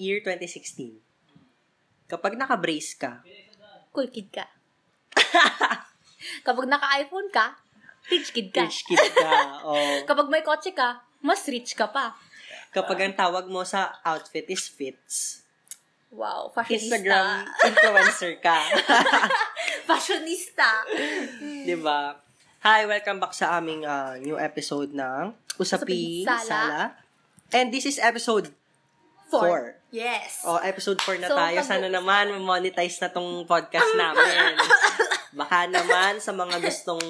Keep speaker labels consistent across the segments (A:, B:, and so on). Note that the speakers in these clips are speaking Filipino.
A: year 2016, kapag naka-brace ka,
B: Cool kid ka. Kapag naka-iPhone ka, rich kid ka.
A: rich kid ka. oh.
B: Kapag may kotse ka, mas rich ka pa.
A: Kapag ang tawag mo sa outfit is fits,
B: Wow, fashionista.
A: Instagram influencer ka.
B: Fashionista.
A: 'Di ba? Hi, welcome back sa aming ah, new episode ng Usapin,
B: Usapin
A: Sala.
B: Sala.
A: And this is episode Four.
B: Yes.
A: Oh, episode 4 na
B: So,
A: tayo.
B: pag-
A: Sana naman monetize na tong podcast namin. Baka naman sa mga gustong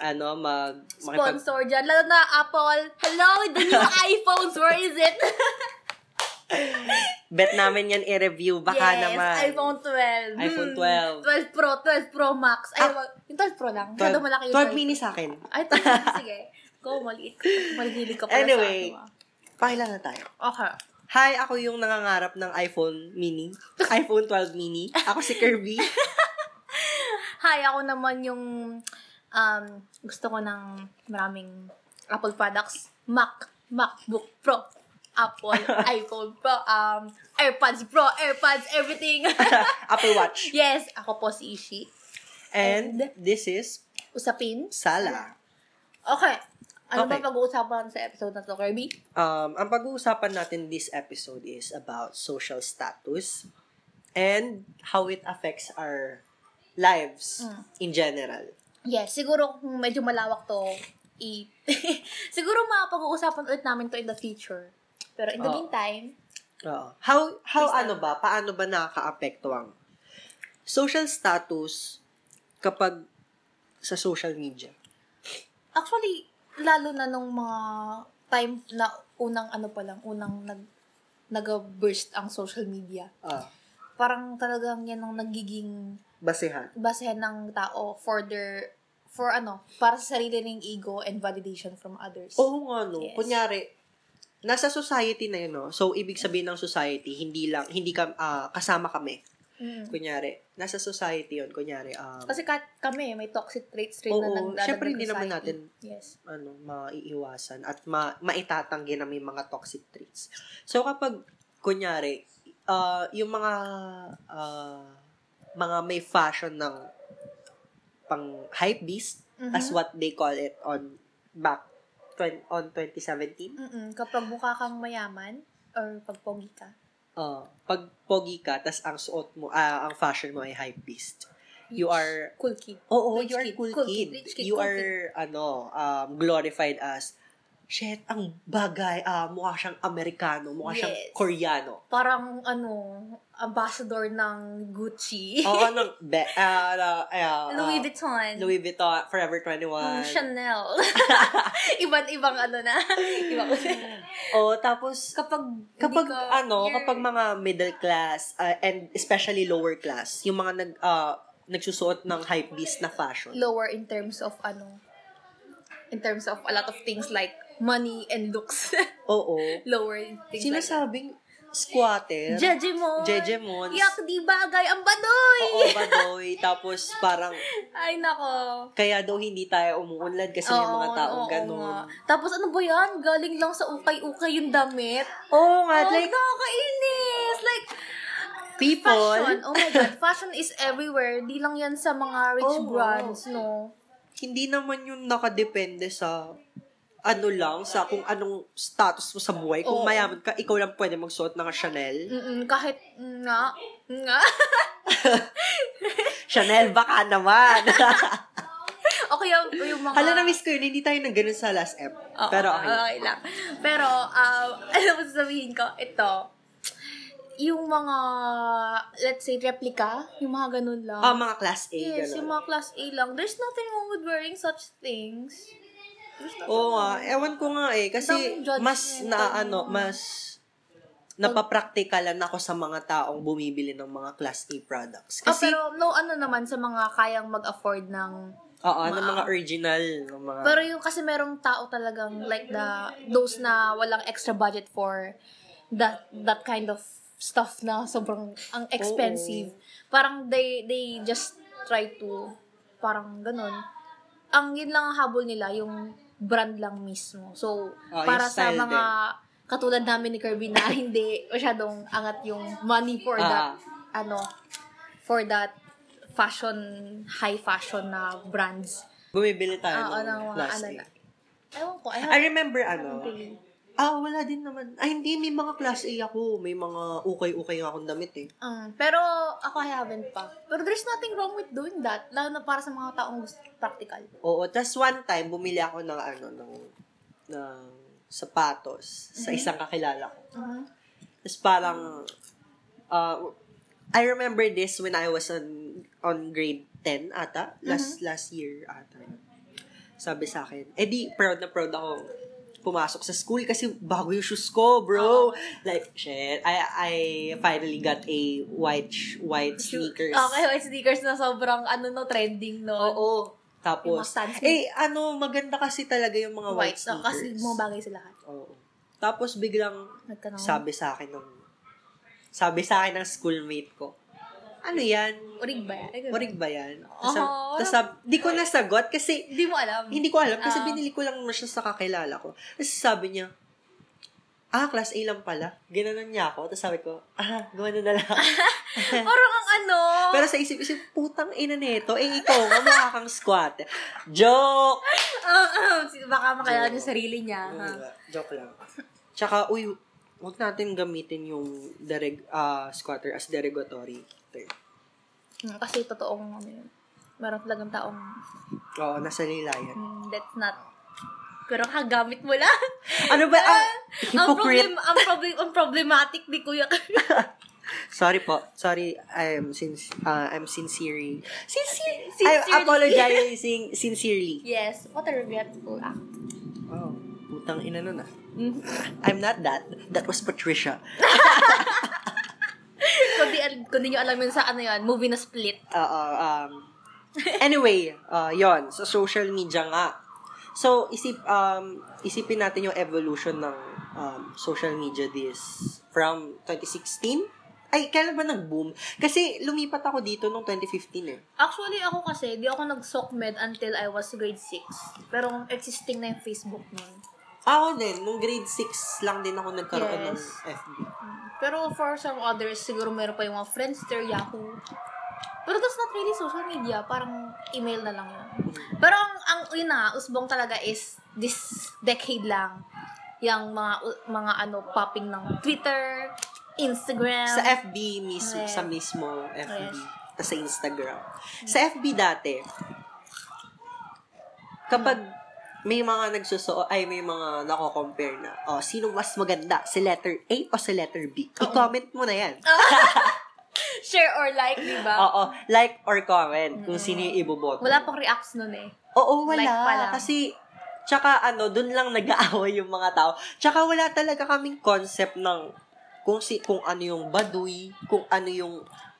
A: ano mag makipag-
B: Sponsor dyan. Lalo na Apple. Hello, the new iPhones. Where is it?
A: bet namin yan i-review baka
B: yes,
A: naman.
B: iPhone 12.
A: iPhone
B: Hmm,
A: 12.
B: 12 Pro, 12 Pro Max. Ay,
A: Ah.
B: wag, yung 12 Pro lang. Masyado
A: 12,
B: malaki yung
A: 12 mini sa akin.
B: Ay, 12 mini. Sige. Go, maliit. Maligilig ka pala
A: Anyway.
B: sa akin.
A: Pakilala tayo.
B: ah. Okay.
A: Hi, ako yung nangangarap ng iPhone mini. iPhone 12 mini. Ako si Kirby.
B: Hi, ako naman yung um, gusto ko ng maraming Apple products. Mac, MacBook Pro, Apple, iPhone Pro, um, AirPods Pro, AirPods, everything.
A: Apple Watch.
B: yes, ako po si Ishi.
A: And this is
B: Usapin.
A: Sala.
B: Okay. Ano
A: Okay.
B: ba pag-uusapan sa episode na to, Kirby?
A: Um, ang pag-uusapan natin this episode is about social status and how it affects our lives in general.
B: Yes, siguro kung medyo malawak to, i- siguro mapag-uusapan ulit namin to in the future. Pero in the
A: Oo.
B: meantime,
A: Oo. How how
B: Please,
A: ano ba? Paano ba nakaka-apekto ang social status kapag sa social media?
B: actually, lalo na nung mga time na unang ano pa lang, unang nag nag-burst ang social media.
A: Ah,
B: Parang talagang yan ang nagiging
A: basehan.
B: basehan ng tao for their for ano, para sa sarili ng ego and validation from others.
A: Oo nga no.
B: Yes.
A: Kunyari nasa society na yun, no? So, ibig sabihin ng society, hindi lang, hindi ka, ah, kasama kami.
B: Mm.
A: Kunyari, nasa society yun, kunyari, um,
B: Kasi ka- kami, may toxic traits rin na
A: Oo,
B: nagdadagdag
A: syempre hindi
B: sa
A: naman
B: society.
A: natin-
B: Yes.
A: ano, maiiwasan at ma- maitatanggi na may mga toxic traits. So, kapag, kunyari, uh, yung mga, uh, mga may fashion ng pang hype beast,
B: Mhm.
A: as what they call it on back twen- on 2017.
B: Mm-mm. Kapag mukha kang mayaman, or pag pogi ka.
A: Uh, pag pogi ka, tas ang suot mo, ah, ang fashion mo ay hype beast. You
B: rich.
A: are
B: Cool kid.
A: Oo,
B: Rich
A: you are
B: kid.
A: cool,
B: Cool
A: kid.
B: kid, rich kid,
A: You
B: cool
A: are, ano, um, glorified as, shit, ang bagay, ah, mukha siyang Amerikano, mukha siyang
B: Yes.
A: Koreano.
B: Parang, ano, ambassador ng Gucci.
A: Oo, ng, be, ah, ah, ah, ah,
B: Louis Vuitton.
A: Louis Vuitton, Forever 21.
B: Mm, Chanel. Iba't ibang ano na. Ibang
A: Oo, tapos,
B: Kapag,
A: kapag,
B: hindi ka-
A: ano,
B: you're-
A: kapag mga middle class, ah, and especially lower class, yung mga nag, ah, nagsusuot ng hype beast na fashion.
B: Lower in terms of, ano, in terms of a lot of things like money and looks.
A: Oo.
B: Lower in things like
A: Sinasabing, squatter.
B: Jejemon.
A: Jejemons.
B: Yak, di bagay. Ang badoy!
A: Oo, badoy. Tapos, parang,
B: Ay, nako.
A: Kaya daw hindi tayo umuunlad kasi may mga
B: Oo,
A: taong
B: oo
A: ganun.
B: nga. Tapos ano ba yan? Galing lang sa ukay-ukay yung damit.
A: Oo oh, nga,
B: Oh,
A: like,
B: nakakainis! Like,
A: people,
B: fashion. Oh my God. Fashion is everywhere. Di lang yan sa mga rich
A: Oo.
B: brands, no?
A: hindi naman yung nakadepende sa ano lang, sa kung anong status mo sa buhay. Kung
B: Oo.
A: mayaman ka, ikaw lang pwede magsuot ng Chanel.
B: Mm-mm, kahit nga. Nga.
A: Chanel, baka naman!
B: o kaya yung mga...
A: Hala, na-miss ko yun. Hindi tayo nang ganun sa last ep.
B: Oo,
A: Pero okay.
B: lang. Pero, um, ano mo sasabihin ko? Ito. Yung mga, let's say, replica. Yung mga ganun lang.
A: Ah, mga class A,
B: Yes,
A: ganun.
B: yung mga class A lang. There's nothing wrong with wearing such things. There's nothing
A: Oo nga,
B: wrong.
A: ewan ko nga eh. Kasi
B: Daming judgmental
A: mas na ano,
B: mga-
A: mas napapraktikalan ako sa mga taong bumibili ng mga class A products.
B: Ah,
A: Kasi,
B: pero no ano naman sa mga kayang mag-afford ng...
A: oo, ng mga original, ng mga...
B: Pero yung kasi merong tao talagang like the those na walang extra budget for that that kind of stuff na sobrang ang expensive. Parang they they just try to parang ganun. Ang yun lang ang habol nila yung brand lang mismo. So
A: Ah, yung
B: para sa
A: style
B: mga katulad namin ni Kirby na hindi masyadong angat yung money for that,
A: Ah.
B: ano, for that fashion, high fashion na brands.
A: Bumibili tayo
B: Oo,
A: ng
B: ng Ah, mga
A: plastic.
B: ano na. Ewan ko, I
A: I
B: have
A: remember ano.
B: something.
A: Ah, wala din naman. Ay, hindi. May mga class A ako. May mga ukay-ukay nga akong damit eh.
B: Um, pero ako I haven't pa. Pero there's nothing wrong with doing that. Lalo na para sa mga taong gusto practical.
A: Oo. Tapos one time, bumili ako ng ano, ng, ng sapatos sa isang kakilala ko. Tapos parang, uh, I remember this when I was on, on grade 10 ata. Last, last year ata. Sabi sa akin, eh di, proud na proud ako pumasok sa school kasi bago yung shoes ko, bro. Like, shit, I I finally got a white sh- white sneakers.
B: Ah, Okay, white sneakers na sobrang ano no, trending no.
A: Oo.
B: Yung mga
A: Tapos,
B: stan smith.
A: eh, ano, maganda kasi talaga yung mga white,
B: white. no,
A: sneakers.
B: kasi bumabagay sa lahat.
A: Oo. Tapos biglang
B: Nagtanong.
A: sabi sa akin ng sabi sa akin ng schoolmate ko, ano yan?
B: Urig ba yan? Ay, ganun.
A: Orig ba yan?
B: Oo.
A: Tapos, sab- di ko nasagot kasi
B: Hindi mo alam.
A: hindi ko alam kasi
B: Ah.
A: binili ko lang siya sa kakilala ko. Tapos sabi niya, ah, class A lang pala. Ginanon niya ako. Tapos sabi ko, ah, gawa na na lang.
B: Parang ang ano.
A: Pero sa isip-isip, putang ina nito. Eh, ikaw nga mukha kang squat. Joke!
B: Ah, ah, baka makilala niya sarili niya. ha?
A: Wala. Joke lang. Tsaka, uy, huwag natin gamitin yung dereg, ah, squatter as derogatory term.
B: Mm, Kasi totoong ano yun. Meron talagang taong
A: Oo, nasa nila yan.
B: mm, that's not pero kagamit mo lang.
A: Ano ba? Ah,
B: ang
A: hypocrite.
B: problem, ang problem, ang problematic ni Kuya.
A: Sorry po. Sorry, I'm, since, ah, I'm sincerely.
B: Sincere,
A: I'm apologizing sincerely.
B: Yes, what a regretful act.
A: Oh, putang ina nun ah. I'm not that. That was Patricia.
B: Kung di, kung di nyo alam yun sa ano yun, movie na split.
A: Oo, um, anyway, uh, yon sa social media nga. So, isip, um, isipin natin yung evolution ng um, social media this from 2016. Ay, kailan ba nag-boom? Kasi lumipat ako dito nung 2015 eh.
B: Actually, ako kasi, di ako nag-socmed until I was grade 6. Pero existing na yung Facebook nun.
A: Ako din, nung grade 6 lang din ako nagkaroon ng
B: Yes.
A: FB.
B: Pero for some others, siguro meron pa yung mga Friendster, Yahoo. Pero that's not really social media. Parang email na lang yun. Pero ang, ang yun na, nga, usbong talaga is this decade lang. Yung mga, mga ano, popping ng Twitter, Instagram.
A: Sa FB mismo,
B: Yes.
A: sa mismo FB.
B: Yes.
A: Tapos sa Instagram. Sa FB dati, kapag
B: Hmm.
A: may mga nagsusuo, ay may mga nako-compare na, oh, sino mas maganda, si letter A o si letter B? I-comment mo na yan.
B: Ah. Share or like, di ba?
A: Oo, like or comment kung sino yung iboboto.
B: Wala pang reacts nun eh.
A: Oo, wala.
B: Like pa lang.
A: Kasi, tsaka ano, dun lang nag-aaway yung mga tao. Tsaka wala talaga kaming concept ng kung si kung ano yung baduy, kung ano yung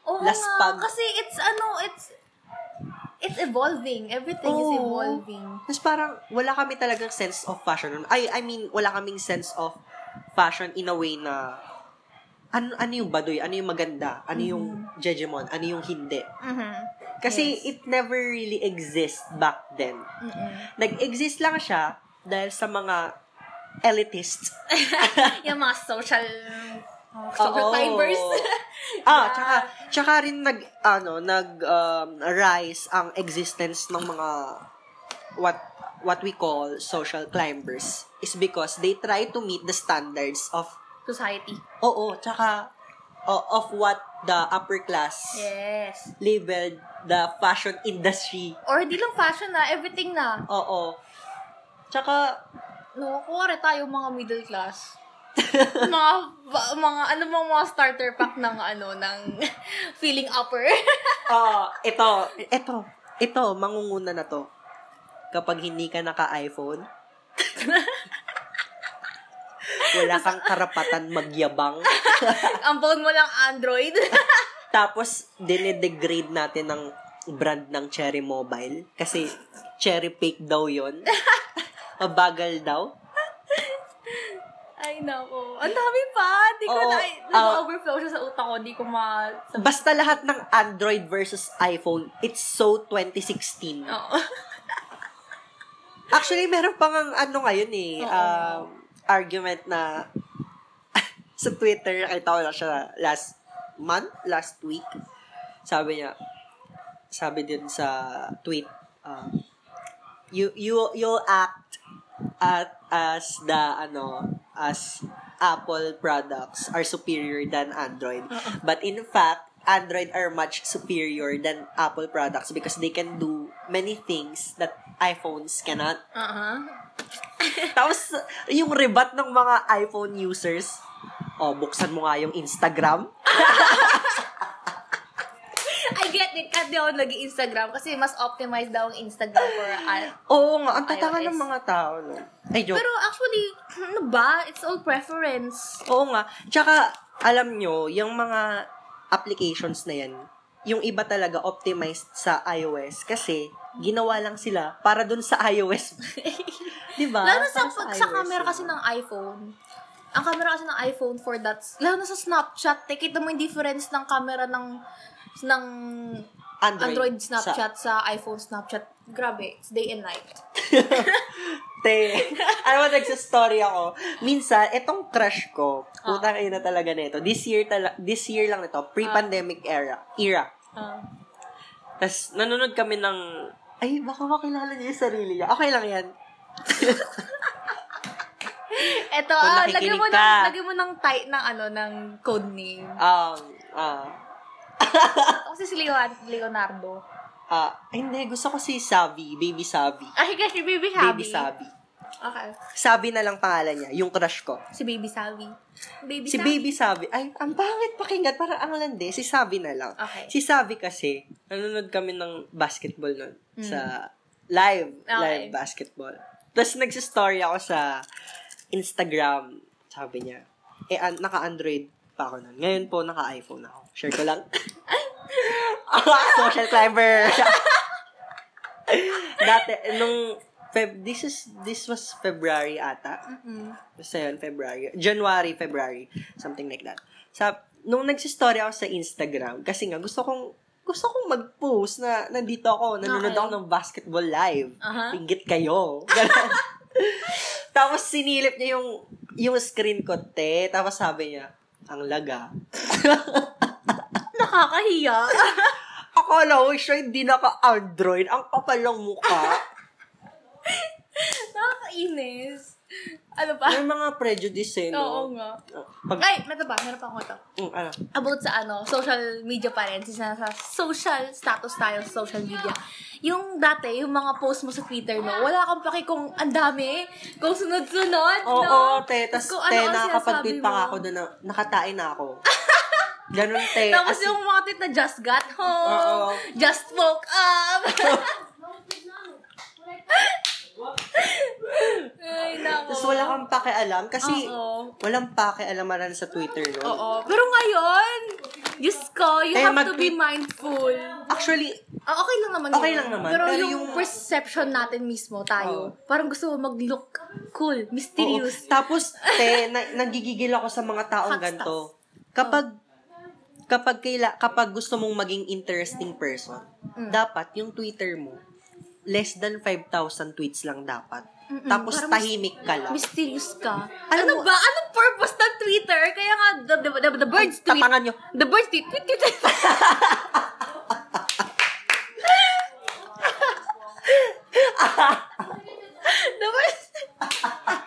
B: Oo
A: Laspag.
B: nga, kasi it's ano, it's it's evolving. Everything is
A: Oo.
B: evolving.
A: Tapos parang wala kami talagang sense of fashion. nun. Ay, I mean, wala kaming sense of fashion in a way na ano, ano yung baduy, ano yung maganda, ano yung jejemon, ano yung hindi.
B: Mhm.
A: Kasi it never really exist back then.
B: Mm-mm.
A: Nag-exist lang siya dahil sa mga elitists.
B: Yung mga social oh,
A: Oo.
B: social fibers.
A: ah,
B: Yeah.
A: tsaka, tsaka rin nag, ano, nag um, rise ang existence ng mga what what we call social climbers is because they try to meet the standards of
B: Society.
A: oo, tsaka o- of what the upper class
B: Yes.
A: labeled the fashion industry.
B: Or hindi lang fashion na, everything na.
A: Oo. Tsaka
B: No, kuwari tayo mga middle class. mga, ba- mga, ano mga, mga starter pack ng, ano, ng feeling upper.
A: Oh, ito, ito, ito, mangunguna na to. Kapag hindi ka naka-iPhone, wala kang karapatan magyabang.
B: Ang phone mo lang Android.
A: Tapos, dinedegrade natin ng brand ng Cherry Mobile. Kasi, Cherry Fake daw yon Mabagal daw.
B: Ay, nako. Ang dami pa. Di ko
A: Oo.
B: na,
A: Ah.
B: nag-overflow siya sa utak ko. Di ko ma...
A: Basta lahat ng Android versus iPhone, it's so 2016.
B: Oo.
A: Actually, meron pang ang ano ngayon eh,
B: Oo.
A: um, argument na sa Twitter, nakita ko lang siya last month, last week. Sabi niya, sabi din sa tweet, um, you, you, you'll act at, as the, ano, as Apple products are superior than Android. But in fact, Android are much superior than Apple products because they can do many things that iPhones cannot.
B: Uh-huh.
A: Tapos, yung rebat ng mga iPhone users, oh, buksan mo nga yung Instagram.
B: I get it. Kasi di ako nag-Instagram. Kasi mas optimized daw ang Instagram for uh,
A: Oo nga, ang tatanga
B: iOS.
A: ng mga tao, no? Ay, joke.
B: Pero actually, ano ba? It's all preference.
A: Oo nga. Tsaka, alam nyo, yung mga applications na yan, yung iba talaga optimized sa iOS kasi ginawa lang sila para dun sa iOS. Di ba?
B: Lalo sa,
A: Diba? Para
B: pag, sa eh.
A: iOS
B: camera
A: yun.
B: kasi ng iPhone. Ang camera kasi ng iPhone for that. Lalo na sa Snapchat, eh, kita mo yung difference ng camera ng ng Android, Snapchat sa, iPhone Snapchat. Grabe, it's day and night.
A: Te, alam mo, nagsastory ako. Minsan, etong crush ko,
B: Ah.
A: puta kayo na talaga nito. This year, tala, this year lang nito, pre-pandemic era. Era.
B: Ah.
A: Tapos, nanonood kami ng, ay, baka makilala niya yung sarili niya. Okay lang yan.
B: Eto,
A: Kung
B: ah,
A: nakikinig
B: lagyan mo
A: ka.
B: ng, lagyan mo ng type ng ano, ng code name.
A: Um, ah,
B: Ako si Leo- Leonardo.
A: ah, ay, hindi, gusto ko si Savi, Baby Savi.
B: Ay, kasi Baby Sabi.
A: Baby Savi.
B: Okay.
A: Sabi na lang pangalan niya, yung crush ko.
B: Si Baby Sabi. Baby
A: Si
B: Sabi.
A: Baby Sabi, ay, ang pangit pakinggan, parang ang landi. Si Sabi na lang.
B: Okay.
A: Si Sabi kasi, nanonood kami ng basketball nun. Sa live,
B: Mm. Okay.
A: live basketball. Tapos nagsistory ako sa Instagram, sabi niya. Eh, an- naka-Android pa ako nun. Ngayon po, naka-iPhone ako. Share ko lang. Ah, Social climber! Dati, eh, nung, Feb, this is, this was February ata.
B: Mm-mm.
A: Basta yun, February. January, February. Something like that. Sa, nung nagsistory ako sa Instagram, kasi nga gusto kong, gusto kong mag-post na nandito ako, nanonood
B: Okay.
A: ako ng basketball live.
B: Aha.
A: Pinggit kayo. Ganun. tapos sinilip niya yung, yung screen ko, te. Tapos sabi niya, ang laga.
B: Nakakahiya.
A: Akala ko siya hindi naka-Android. Ang kapal ng mukha.
B: Nakakainis. Ano pa?
A: May mga prejudice eh,
B: Oo
A: no?
B: nga.
A: Pag,
B: Ay, meron pa, meron pa ako ito.
A: Mm, ano?
B: About sa ano, social media pa rin. Since nasa social status tayo sa social media. Yung dati, yung mga post mo sa Twitter, no? Wala kang paki kung ang dami, kung sunod-sunod,
A: Oo,
B: no?
A: te. Tapos,
B: Kung
A: te,
B: ano ang
A: nakakapag-tweet
B: sinasabi
A: pa
B: mo.
A: nga ako doon na nakatain na ako. Ganun, te.
B: Tapos
A: As in,
B: yung mga tweet na just got home,
A: Oo.
B: just woke up. Ay, nako.
A: Tapos wala kang pakialam kasi
B: Oo.
A: walang pakialamaran sa Twitter noon.
B: Oo. Pero ngayon, Diyos ko, you
A: Eh,
B: have to
A: mag-
B: be mindful.
A: Actually,
B: Ah, okay lang naman
A: Okay lang naman,
B: Pero,
A: pero
B: yung,
A: yung-
B: perception natin mismo, tayo,
A: Oo.
B: parang gusto mo mag-look cool,
A: oo.
B: mysterious.
A: Tapos, te, na- nagigigil ako sa mga taong
B: Hot
A: ganito. Kapag, kapag, kaila, kapag gusto mong maging interesting person,
B: Mm.
A: dapat yung Twitter mo, less than 5,000 tweets lang dapat.
B: Mm-mm,
A: Tapos
B: para mas-
A: tahimik ka lang.
B: Mysterious ka.
A: Alam mo-
B: ano ba? Anong purpose ng Twitter? Kaya nga, the, the, the, the birds tweet.
A: Tapangan nyo.
B: The birds tweet. tweet, tweet, tweet. the birds...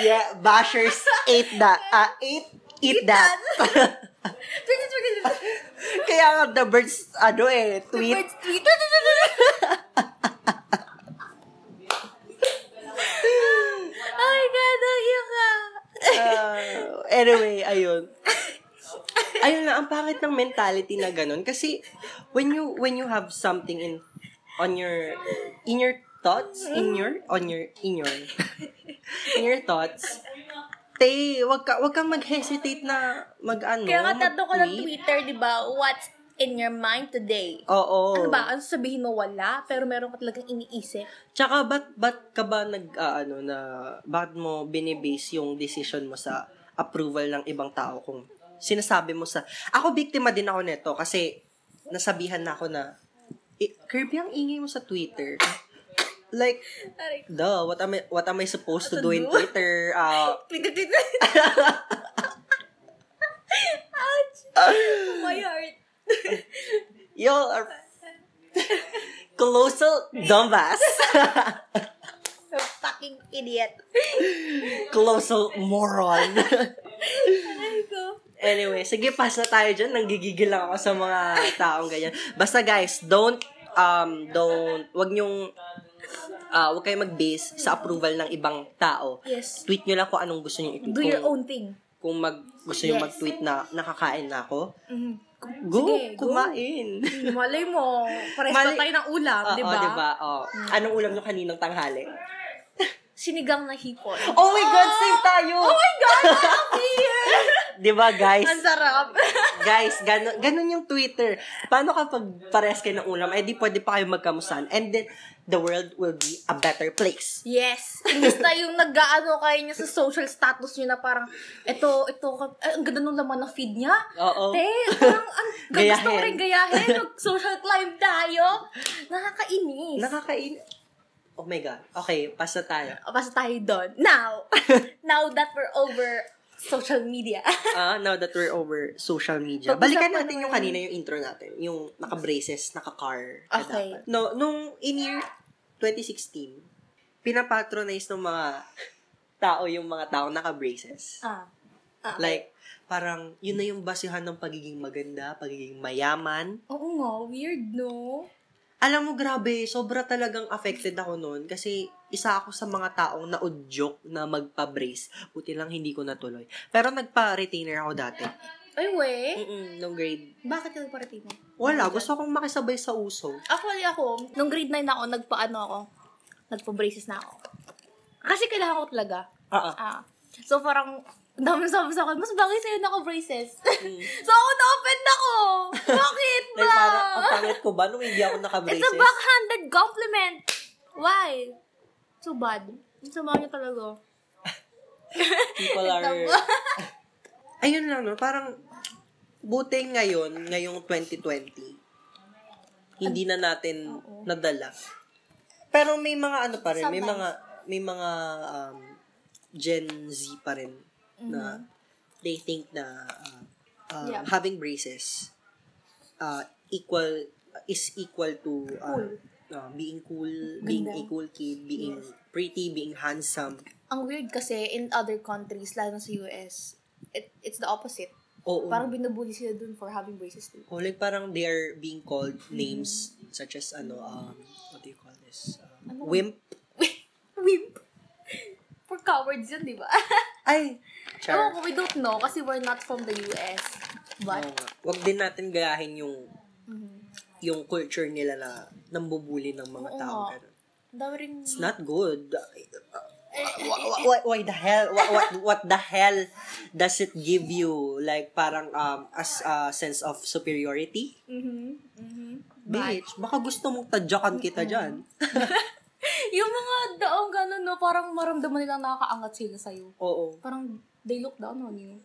A: Yeah, bashers ate that. ah ate, eat, that.
B: tweet, tweet, tweet, tweet.
A: Kaya nga, the birds, ano eh,
B: The
A: tweet.
B: birds tweet. tweet, tweet, tweet, tweet. Ay, gano'n yun ka.
A: Uh, anyway, ayun. Ayun lang, ang pangit ng mentality na ganun. Kasi, when you, when you have something in, on your, in your thoughts, in your, on your, in your, in your thoughts, te, wag, ka, wag kang mag-hesitate na mag-ano,
B: Kaya nga, tatlo ko ng
A: mag-tweet.
B: Twitter, di ba? What's in your mind today?
A: Oo.
B: Ano ba? Ano sabihin mo wala, pero meron ka talagang iniisip?
A: Tsaka, ba't, ba't ka ba nag, ah, ano, na, ba't mo binibase yung decision mo sa approval ng ibang tao kung sinasabi mo sa... Ako, biktima din ako nito kasi nasabihan na ako na, "I- Kirby, ang ingay mo sa Twitter. Like,
B: Aray.
A: duh, what am I, what am I supposed to
B: What
A: do
B: to
A: in
B: do?
A: Twitter? Ah,
B: Tweet-tweet. Ouch! Oh My heart.
A: you are colossal dumbass.
B: You're fucking idiot.
A: colossal moron.
B: Ay ko.
A: anyway, sige, pass na tayo dyan. Nanggigigil lang ako sa mga taong ganyan. Basta guys, don't, um, don't, wag nyong, ah wag kayo mag-base sa approval ng ibang tao.
B: Yes.
A: Tweet nyo lang kung anong gusto nyo i-tweet.
B: Do your
A: Kung-
B: own thing.
A: Kung mag, gusto nyo
B: Yes.
A: mag-tweet na nakakain na ako,
B: Mhm.
A: go,
B: Sige, go. Mm-hmm.
A: kumain.
B: Malay mo, pares
A: Malay-
B: pa tayo ng ulam,
A: Oo,
B: di ba?
A: diba? Oo.
B: Mm.
A: Anong ulam nyo kaninang tanghali?
B: Sinigang na hipon.
A: Oh my God, same tayo!
B: Oh my God! Ano I'm here!
A: Diba, guys?
B: Ang sarap.
A: Guys, ganun, ganun yung Twitter. Paano kapag pares kayo ng ulam, eh di pwede pa kayo magkamusan. And then, the world will be a better place.
B: yes. Imbis na yung nag-ano kayo niya sa social status niyo na parang, eto, ito, ay, ang ganda nung laman ng feed niya.
A: Oo.
B: Te, parang ang
A: Gayahin.
B: gusto ko rin gayahin. Mag-social climb tayo. Nakakainis.
A: Nakakain. Oh my God. Okay, pasa tayo.
B: O, Basta tayo doon. Now. now that we're over social media.
A: Ah, now that we're over social media. Balikan natin yung kanina yung intro natin. Yung naka-braces, naka-car. ka
B: Okay.
A: dapat. No, nung in year 2016, pinapatronize ng mga tao yung mga tao naka-braces.
B: ah. ah.
A: Like, parang yun na yung basihan ng pagiging maganda, pagiging mayaman.
B: Oo nga, weird no?
A: Alam mo, grabe, sobra talagang affected ako noon kasi isa ako sa mga taong naudyok na magpa-brace. Buti lang hindi ko natuloy. Pero nagpa-retainer ako dati.
B: Ay, we.
A: Mm-mm, nung grade.
B: Bakit yung parating mo?
A: Wala, gusto akong makisabay sa uso.
B: Actually ako, nung grade 9 ako, nagpaano ako, nagpa-braces na ako. Kasi kailangan ko talaga.
A: Ah,
B: Ah. So parang, ang dami nang sabi sa akin, mas bagay sa'yo na ako braces. so ako na-offend ako! Bakit
A: Mm. Like,
B: ba?
A: parang, oh, ang pangit ko ba nung hindi ako
B: It's a
A: naka-braces?
B: backhanded compliment! Why? So bad. Ang sama niya talaga.
A: People are... Ayun lang, no? Parang, buting ngayon, ngayong 2020, hindi na natin nadala. Pero may mga ano pa rin, may
B: Sometimes.
A: mga, may mga um, Gen Z pa rin na they think na uh, uh,
B: Mm-hmm. Yeah.
A: having braces uh, equal is equal to uh, uh, being cool, being
B: Ganda.
A: a cool kid, being pretty, being handsome.
B: Ang weird kasi in other countries, lalo na sa US, it, it's the opposite.
A: Oo.
B: Parang binubuli sila dun for having braces. Too.
A: Oh, like parang they are being called names such as ano um what do you call this? Um,
B: Ano?
A: wimp.
B: Wimp. For cowards yun, di ba?
A: Ay,
B: Ewan
A: char.
B: ko, we don't know kasi we're not from the US. But,
A: Oo nga. Wag din natin gayahin yung
B: Mhm.
A: yung culture nila na nambubuli ng mga
B: Oo
A: tao.
B: nga. Eh. ang dami rin...
A: It's not good. Why, why, why the hell? Why, what, what the hell does it give you? Like parang um as a sense of superiority?
B: Mhm. Mhm. But,
A: Bitch, baka gusto mong tadyakan kita dyan.
B: yung mga daong ganun, no, parang maramdaman nilang nakakaangat sila sa'yo.
A: Oo.
B: Parang, they look down on you.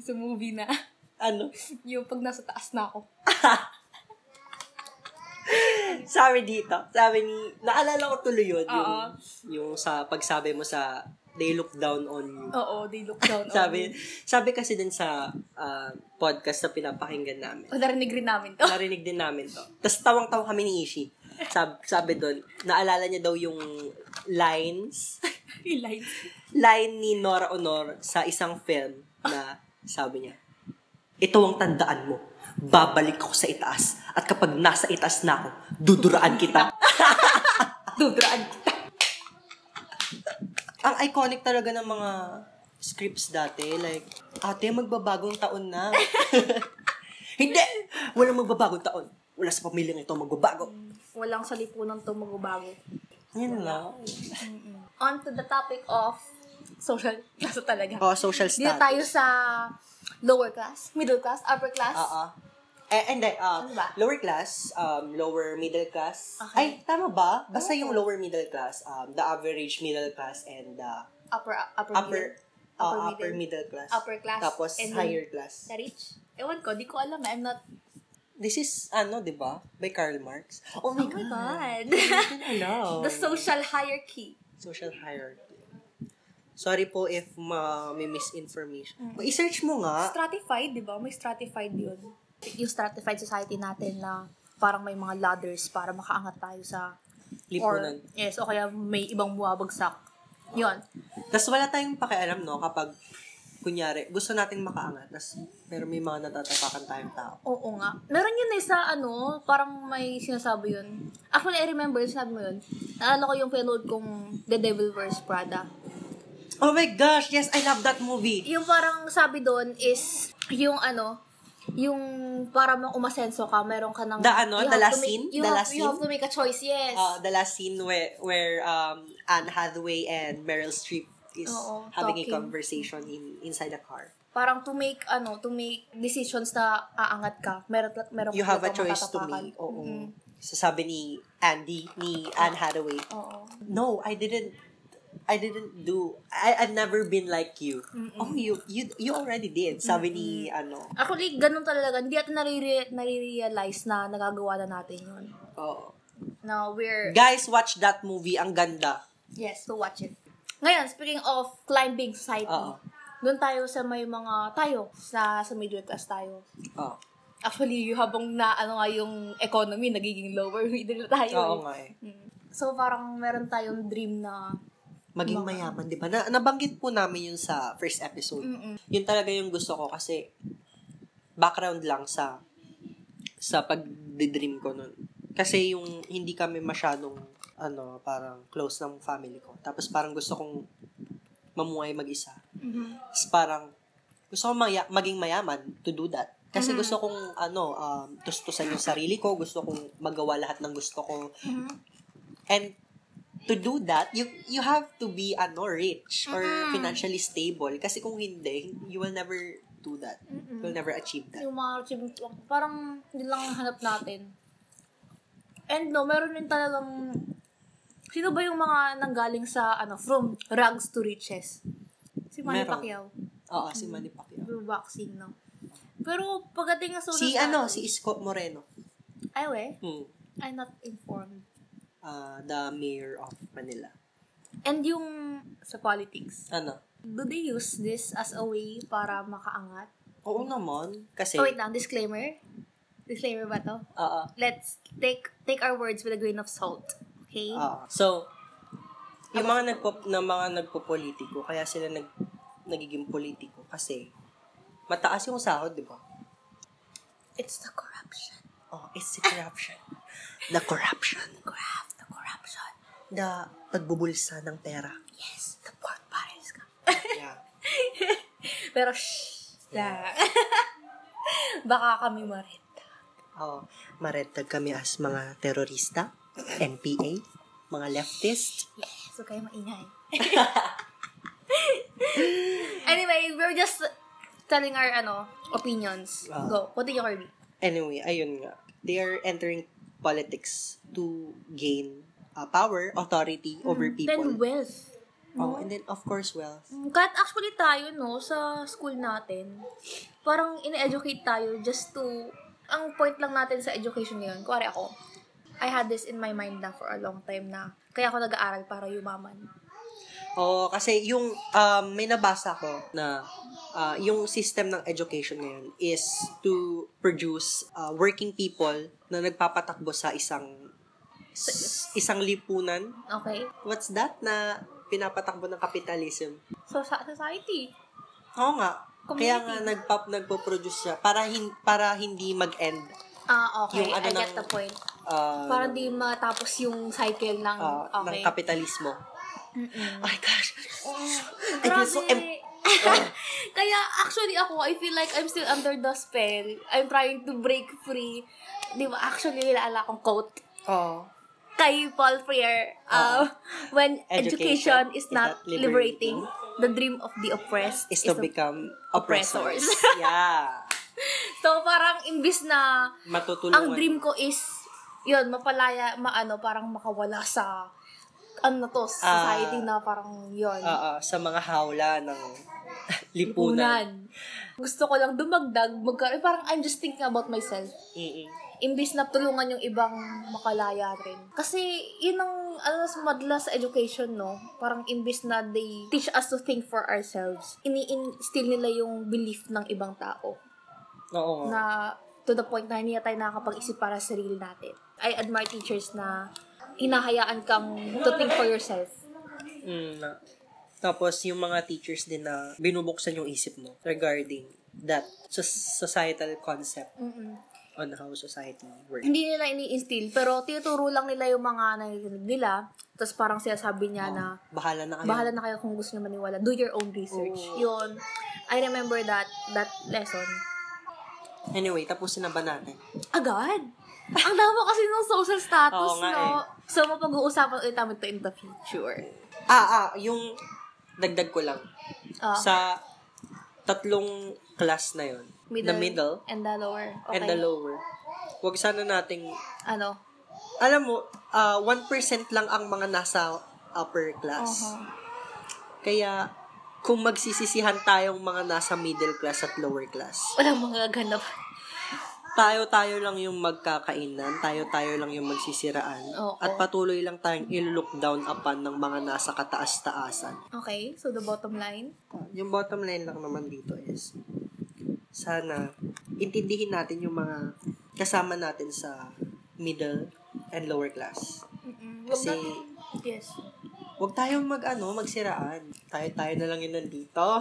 B: Sa movie na.
A: Ano?
B: yung pag nasa taas na ako.
A: Sabi dito, sabi ni, naalala ko tuloy yun, yung,
B: Oo.
A: yung sa pagsabi mo sa, they look down on you.
B: Oo, they look down on
A: Sabi,
B: you.
A: sabi kasi din sa ah, podcast na pinapakinggan namin,
B: O, Oh, narinig rin namin to.
A: narinig din namin to. Tapos tawang-tawa kami ni Ishi. Sabi, sabi doon, naalala niya daw yung lines,
B: Yung lines.
A: line ni Nora Honor sa isang film na sabi niya, ito ang tandaan mo, babalik ako sa itaas at kapag nasa itaas na ako, duduraan kita.
B: Dudraan kita.
A: ang iconic talaga ng mga scripts dati. Like, ate, magbabagong taon na. Hindi! Walang magbabagong taon. Wala sa pamilyang ito magbabago.
B: Walang salipunan to magbabago.
A: Yan lang.
B: On to the topic of social. Nasa talaga.
A: Oh, social
B: Dito
A: status.
B: tayo sa lower class, middle class, upper class.
A: Oo. Eh, and then, uh,
B: Ano ba?
A: lower class, um, lower middle class.
B: Okay. Oh.
A: Ay, tama ba? Basta yung lower middle class, um, the average middle class, and the
B: Upper, upper,
A: upper
B: middle.
A: Ah,
B: Upper
A: upper
B: middle.
A: middle class.
B: Upper class.
A: Tapos
B: and
A: higher class.
B: Sa rich? Ewan ko, di ko alam. eh, I'm not...
A: This is, ano, di ba? By Karl Marx. Oh
B: Oh
A: my
B: my
A: God.
B: God.
A: Hello.
B: The social hierarchy.
A: Social hierarchy. Sorry po if ma- may
B: Mm.
A: misinformation. I-search mo nga.
B: Stratified, di ba? May stratified yun. Yung stratified society natin na parang may mga ladders para makaangat tayo sa...
A: Lipunan.
B: Or, yes, o kaya may ibang buwabagsak. Yun.
A: Tapos wala tayong pakialam, no, kapag, kunyari, gusto nating makaangat, tas, pero may mga natatapakan tayong tao.
B: Oo nga. Meron yun eh sa ano, parang may sinasabi yun. Actually, I remember yung sinabi mo yun. Naalala ko yung pinanood kong The Devil Wears Prada.
A: Oh my gosh, yes, I love that movie.
B: Yung parang sabi doon is yung ano, yung para mang umasenso ka, meron ka ng...
A: The ano,
B: you
A: the
B: have
A: last
B: to make-
A: scene?
B: You,
A: The
B: have,
A: last
B: you have
A: scene?
B: to make a choice, yes.
A: Uh, the last scene where, where um, Anne Hathaway and Meryl Streep is
B: Oo,
A: having
B: talking.
A: a conversation in inside a car.
B: parang to make ano, to make decisions na aangat ka. Meron meron
A: You
B: ka
A: have a
B: talagang
A: choice to
B: matatapakan.
A: make. Oo.
B: Mm-mm.
A: Sasabi ni Andy, ni Anne Hathaway,
B: Oo.
A: no, I didn't I didn't do I I've never been like you. Oh, you you you already did. Sabi ni ano.
B: Actually, ganun talaga. Hindi natin narire- nare-realize na nagagawa na natin yun.
A: Oo.
B: Now,
A: oh.
B: we're...
A: Guys, watch that movie. Ang ganda.
B: Yes, to watch it. Ngayon, speaking of climbing society,
A: Oo.
B: doon tayo sa may mga tayo, sa, sa middle class tayo.
A: Oo.
B: Actually, yung habang na ano nga yung economy, nagiging lower middle tayo.
A: Oo
B: eh.
A: nga eh.
B: Mm. So, parang meron tayong dream na,
A: Maging mayaman, di ba? Na, nabanggit po namin yun sa first episode.
B: Mm-mm.
A: Yun talaga yung gusto ko kasi background lang sa sa pag-dream ko nun. Kasi yung hindi kami masyadong ano, parang close ng family ko. Tapos parang gusto kong mamuhay mag-isa. Tapos parang, gusto kong maya- maging mayaman to do that. Kasi gusto kong, ano, um, tustusan yung sarili ko, gusto kong magawa lahat ng gusto ko. And, to do that, you you have to be, ano, rich or financially stable. Kasi kung hindi, you will never do that. You will never achieve that.
B: yung mga achievement, parang yun lang ang hanap natin. And no, meron din talagang, sino ba yung mga nanggaling sa, ano, from rags to riches? Si Manny
A: Meron.
B: Pacquiao.
A: Oo, si Manny Pacquiao.
B: Yung boxing, no? Pero pagdating sa social
A: Si, ano, si Isko Moreno.
B: Ay, we,
A: Hmm.
B: I'm not informed.
A: Ah, the mayor of Manila.
B: And yung sa politics,
A: Ano?
B: do they use this as a way para makaangat?
A: Oo naman. Kasi, ah,
B: Oh, wait lang, disclaimer. Disclaimer ba to?
A: oo.
B: Let's take take our words with a grain of salt. Okay?
A: Ah, so, yung mga nagpo, na mga nagpo-politiko, kaya sila nag, nagiging politiko kasi mataas yung sahod, di ba?
B: It's the corruption.
A: Oh, it's the corruption. The corruption.
B: Graft, the corruption.
A: The pagbubulsa ng pera.
B: Yes, the pork barrels ka.
A: Yeah.
B: Pero, shh, lang. Baka kami marita.
A: Oh, maretag kami as mga terorista, NPA, mga leftist.
B: Yes, huwag kayo maingay. anyway, we're just telling our, ano, opinions.
A: Ah.
B: Go, continue, Kirby.
A: Anyway, ayun nga. They are entering politics to gain uh, power, authority over
B: Hmm, Then
A: people.
B: wealth.
A: Oh, and then of course wealth.
B: Kahit actually tayo, no, sa school natin, parang in-educate tayo just to, ang point lang natin sa education ngayon, kuwari ako, I had this in my mind na for a long time na, kaya ako nag-aaral para yumaman.
A: Oo, Oh, kasi yung um, may nabasa ko na ah, yung system ng education ngayon is to produce ah, working people na nagpapatakbo sa isang s- isang lipunan.
B: Okay?
A: What's that na pinapatakbo ng capitalism?
B: So, sa society.
A: Oo nga. Kaya nga
B: Community.
A: nagpap nagpo-produce siya para hin- para hindi mag-end.
B: Ah, okay.
A: Yung ano
B: I get
A: ng-
B: the point.
A: ah,
B: Para di matapos yung cycle ng,
A: ah, ng
B: okay.
A: kapitalismo. Oh my gosh. I
B: Grabe.
A: feel so em- oh.
B: Kaya actually ako, I feel like I'm still under the spell. I'm trying to break free. Di ba? Actually, nilaala akong quote
A: oh.
B: kay Paul Freer. Uh, when
A: Education
B: education, is not, liberating, the dream of the oppressed
A: Is to
B: the-
A: become oppressors.
B: oppressors.
A: yeah.
B: So parang imbis na
A: Matutulungan.
B: ang dream ko is yun, mapalaya, maano, parang makawala sa ano to, society na parang yon
A: ah, ah, sa mga hawla ng lipunan.
B: Gusto ko lang dumagdag, magka, eh, parang I'm just thinking about myself.
A: Mm-mm.
B: Imbis na tulungan yung ibang makalaya rin. Kasi yun ang ano, mas madalas sa education, no? Parang imbis na they teach us to think for ourselves, ini-instill nila yung belief ng ibang tao.
A: Oo nga.
B: Na to the point na hindi na tayo nakakapag-isip para sa sarili natin. I admire teachers na hinahayaan kang to think for yourself.
A: Mm, na- Tapos, yung mga teachers din na binubuksan yung isip mo regarding that so- societal concept
B: Mm-mm.
A: on
B: Ano?
A: how society works.
B: hindi nila ini-instill, pero tinuturo lang nila yung mga nanginig nila. Tapos parang sinasabi niya na,
A: Bahala na kayo.
B: bahala na kayo kung gusto niyo maniwala. Do your own research. Yun. I remember that that lesson.
A: Anyway, tapusin na ba natin?
B: Agad! Ah, Ang damo kasi ng social status,
A: Oo nga eh.
B: no? So, mapag-uusapan ulit namin to in the future.
A: Ah, ah, yung dagdag ko lang.
B: Ah,
A: Sa tatlong class na yon the middle
B: And the lower. Okay.
A: and the lower, wag sana nating
B: Ano?
A: alam mo, ah, 1% lang ang mga nasa upper class.
B: Uh-huh.
A: Kaya, kung magsisisihan tayong mga nasa middle class at lower class,
B: Walang mga ganap.
A: tayo-tayo lang yung magkakainan, tayo-tayo lang yung magsisiraan,
B: Oo.
A: at patuloy lang tayong i-look down upon ng mga nasa kataas-taasan.
B: Okay, so the bottom line.
A: Oh, Yung bottom line lang naman dito is, sana intindihin natin yung mga kasama natin sa middle and lower class.
B: Mm-mm. Wag
A: Kasi,
B: natin- Yes.
A: Huwag tayong mag, ano, magsiraan. Tayo-tayo na lang yun nandito.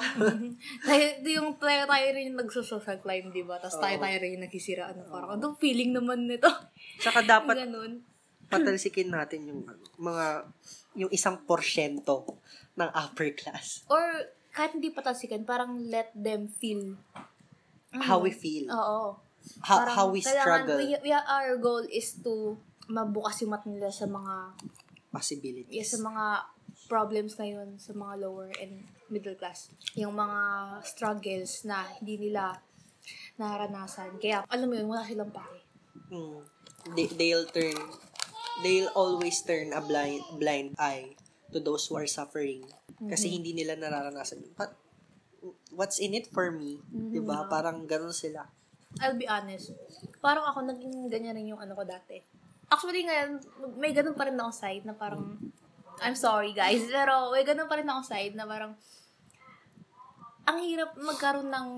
B: tayo, yung tayo, tayo rin yung nagsusocial climb, di ba? Tapos tayo,
A: Oo.
B: tayo rin yung nagsisiraan. Parang, ano feeling naman nito?
A: Tsaka dapat
B: Ganun.
A: patalsikin natin yung ano, mga, yung isang porsyento ng upper class.
B: Or, kahit hindi patalsikan, parang let them feel.
A: How we feel.
B: Oo.
A: how,
B: Mm. Oh, Parang
A: how we
B: kailangan-
A: struggle.
B: We, we- our goal is to mabukas yung mat nila sa mga
A: Possibilities.
B: yes, sa mga problems ngayon sa mga lower and middle class. Yung mga struggles na hindi nila naranasan. Kaya, alam mo yun, wala silang pake.
A: Mm. They, they'll turn, they'll always turn a blind, blind eye to those who are suffering.
B: Mm-hmm.
A: Kasi hindi nila nararanasan yun. But, what's in it for me?
B: Mm-hmm.
A: di ba Parang ganun sila.
B: I'll be honest. Parang ako naging ganyan rin yung ano ko dati. Actually, ngayon, may ganun pa rin akong side na parang, I'm sorry guys, pero may ganun pa rin akong side na parang, ang hirap magkaroon ng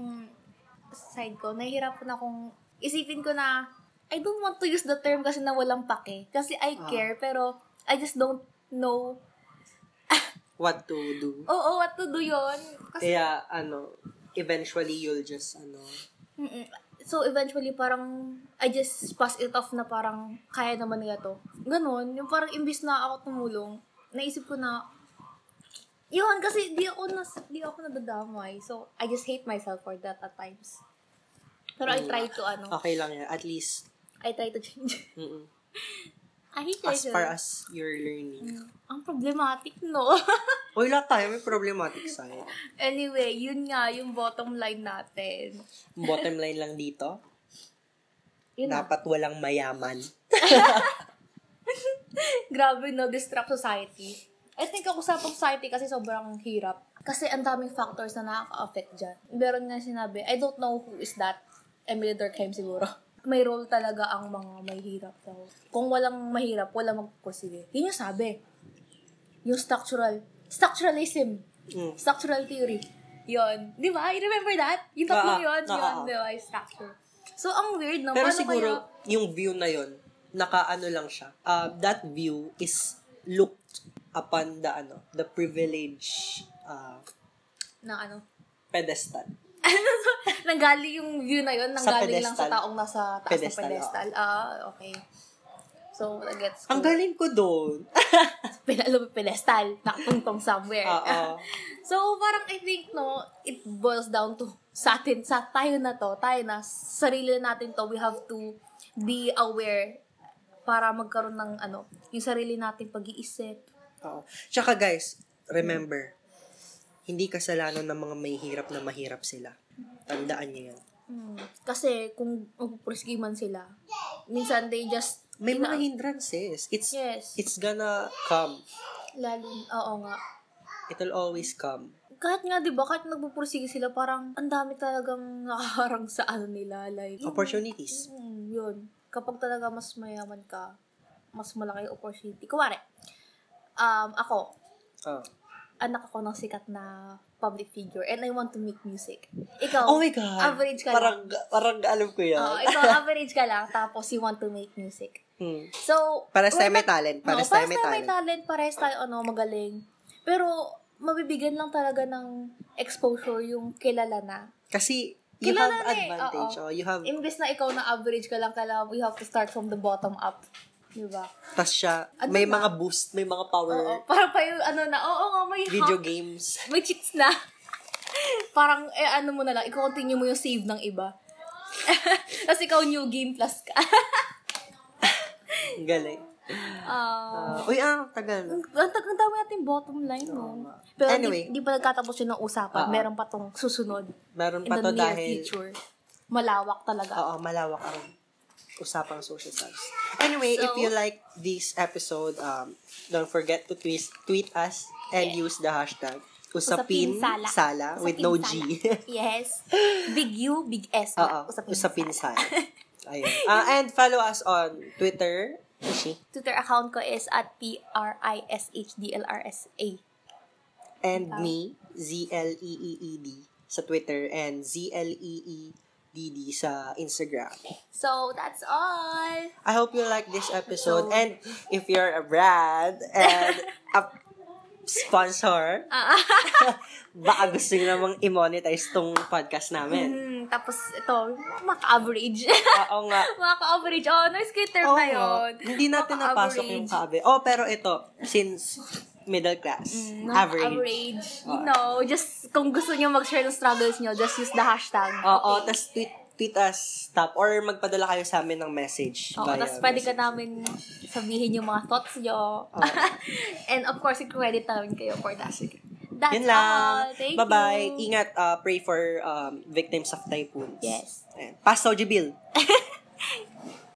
B: side ko. Nahihirapan akong, isipin ko na, I don't want to use the term kasi na walang pake. Kasi I
A: Ah.
B: care, pero I just don't know,
A: What to do.
B: oo, what to do yon Kasi,
A: Kaya, ano, eventually you'll just, ano,
B: Mm-mm. So, eventually, parang, I just pass it off na parang, kaya naman nila to. Ganon. Yung parang, imbis na ako tumulong, naisip ko na, yun, kasi di ako, nas, di ako nadadamay. So, I just hate myself for that at times. Pero I try to, ano,
A: okay lang yan. At least,
B: I try to change.
A: mm-mm.
B: I
A: as
B: hate myself.
A: far as you're learning.
B: Mm. Ang problematic, no?
A: Uy, lahat tayo may problematic side.
B: anyway, yun nga, yung bottom line natin.
A: Bottom line lang dito,
B: Yun na.
A: dapat walang mayaman.
B: Grabe, no? Distract society. I think ako sa society kasi sobrang hirap. Kasi ang daming factors na nakaka-affect dyan. Meron nga sinabi, I don't know who is that. Emily Durkheim siguro. May role talaga ang mga may hirap daw. Kung walang mahirap, walang magpupursige. Yun yung sabi. Yung structural. Structuralism.
A: Mm.
B: Structural theory. Yon. Di ba? You remember that? Yung
A: Oo,
B: tatlong yun.
A: oo.
B: Yun, di ba? Yung Structure. So, ang weird,
A: Ah,
B: no?
A: Pero
B: Paano
A: siguro,
B: kaya-
A: yung view na yon nakaano lang siya. Uh, that view is looked upon the, ano, the privilege uh,
B: na ano?
A: pedestal.
B: Nanggaling yung view na yun,
A: Sa
B: nanggaling lang sa
A: pedestal.
B: taong nasa taas
A: Pedestal,
B: na pedestal. Ah, okay. So, gets ko.
A: Ang galing ko doon.
B: Pin- alam mo, pedestal, nakatungtong somewhere.
A: Oo.
B: so, parang I think, no, it boils down to sa atin, sa tayo na to, tayo na, sarili natin to, we have to be aware para magkaroon ng, ano, yung sarili natin pag-iisip.
A: Oo. Tsaka guys, remember, hindi kasalanan ng mga may hirap na mahirap sila. Tandaan niyo yan.
B: Hmm. Kasi, kung magpupursige man sila, minsan they just,
A: May mga hindrances. It's
B: yes.
A: it's gonna come.
B: Lalo, oo nga.
A: It'll always come.
B: Kahit nga, di ba, kahit nagpupursige sila, parang ang dami talagang nakaharang sa ano nila. Like,
A: Opportunities.
B: Mm, yun. Kapag talaga mas mayaman ka, mas malaki yung opportunity. Kuwari, um, ako, Oh.
A: Ah.
B: anak ako ng sikat na public figure and I want to make music. Ikaw,
A: Oh my God.
B: average ka
A: parang, parang alam ko yan.
B: Oo, ikaw average ka lang, tapos you want to make music.
A: Hmm.
B: So,
A: Pares tayo
B: we're
A: may
B: not-
A: talent. Pares
B: Oo,
A: tayo may
B: may
A: talent.
B: talent, pares tayo ano, magaling. Pero, mabibigyan lang talaga ng exposure yung kilala na.
A: Kasi, you
B: Kilala
A: have
B: na eh,
A: advantage. oh,
B: oo.
A: you have,
B: Imbes na ikaw na average ka lang, kailangan you have to start from the bottom up. Diba? Di ba?
A: tas siya,
B: Ano
A: may
B: ba?
A: mga boost, may mga power
B: Oo, para pa yung ano na, oo nga, may
A: video
B: hack,
A: games.
B: may cheats na. Parang, eh, ano mo na lang, i-continue mo yung save ng iba. Tapos ikaw new game plus ka.
A: Ang galing.
B: Ah.
A: Ah, uy, ah, tagal.
B: Ang, ang ang dami natin bottom line,
A: Oo
B: no?
A: nga.
B: Pero
A: Anyway.
B: di, di pa nagkatapos yun ng
A: Oo.
B: usapan. Meron pa tong susunod
A: Meron
B: in
A: pa
B: the
A: to
B: near
A: dahil,
B: future. Malawak talaga.
A: oo, malawak ang usapang social studies. Anyway, if
B: So-
A: you like this episode, um, don't forget to tweet, tweet us and use the hashtag Usapin, Sala, with
B: Usapin
A: no G.
B: sala. yes. Big U, big S.
A: Oo,
B: Usapin,
A: Usapin
B: sala.
A: Sala. Ayun. Ah, and follow us on Twitter. Ishi.
B: Twitter account ko is at P-R-I-S-H-D-L-R-S-A.
A: and me, E Z-L-E-E-E-D sa Twitter and E Z-L-E-E-D-D sa Instagram.
B: So, that's all.
A: I hope you like this episode and if you're a brand and a sponsor,
B: Ah,
A: baka gusto nyo namang i-monetize tong podcast namin.
B: mm, tapos, ito, maka-average.
A: Oo nga.
B: maka-average. Oh, nice good term
A: Oo
B: na
A: nga.
B: yun.
A: Hindi natin napasok yung
B: Maka-average.
A: kabe. Oh, pero ito, since middle class,
B: Mm,
A: average.
B: average. You
A: Oo.
B: know, just kung gusto niyo mag-share ng struggles niyo, just use the hashtag.
A: Oo,
B: Okay.
A: tas tweet, tweet us stop or magpadala kayo sa amin ng message.
B: Oo,
A: via
B: tas pwede ka
A: message.
B: namin sabihin yung mga thoughts niyo.
A: Oo.
B: And of course, i-credit namin kayo for that. That's
A: Yun lang.
B: all. Thank
A: Bye-bye.
B: you.
A: Ingat. uh, pray for um, victims of typhoons.
B: Yes.
A: Ayan. Pass Soji Bill.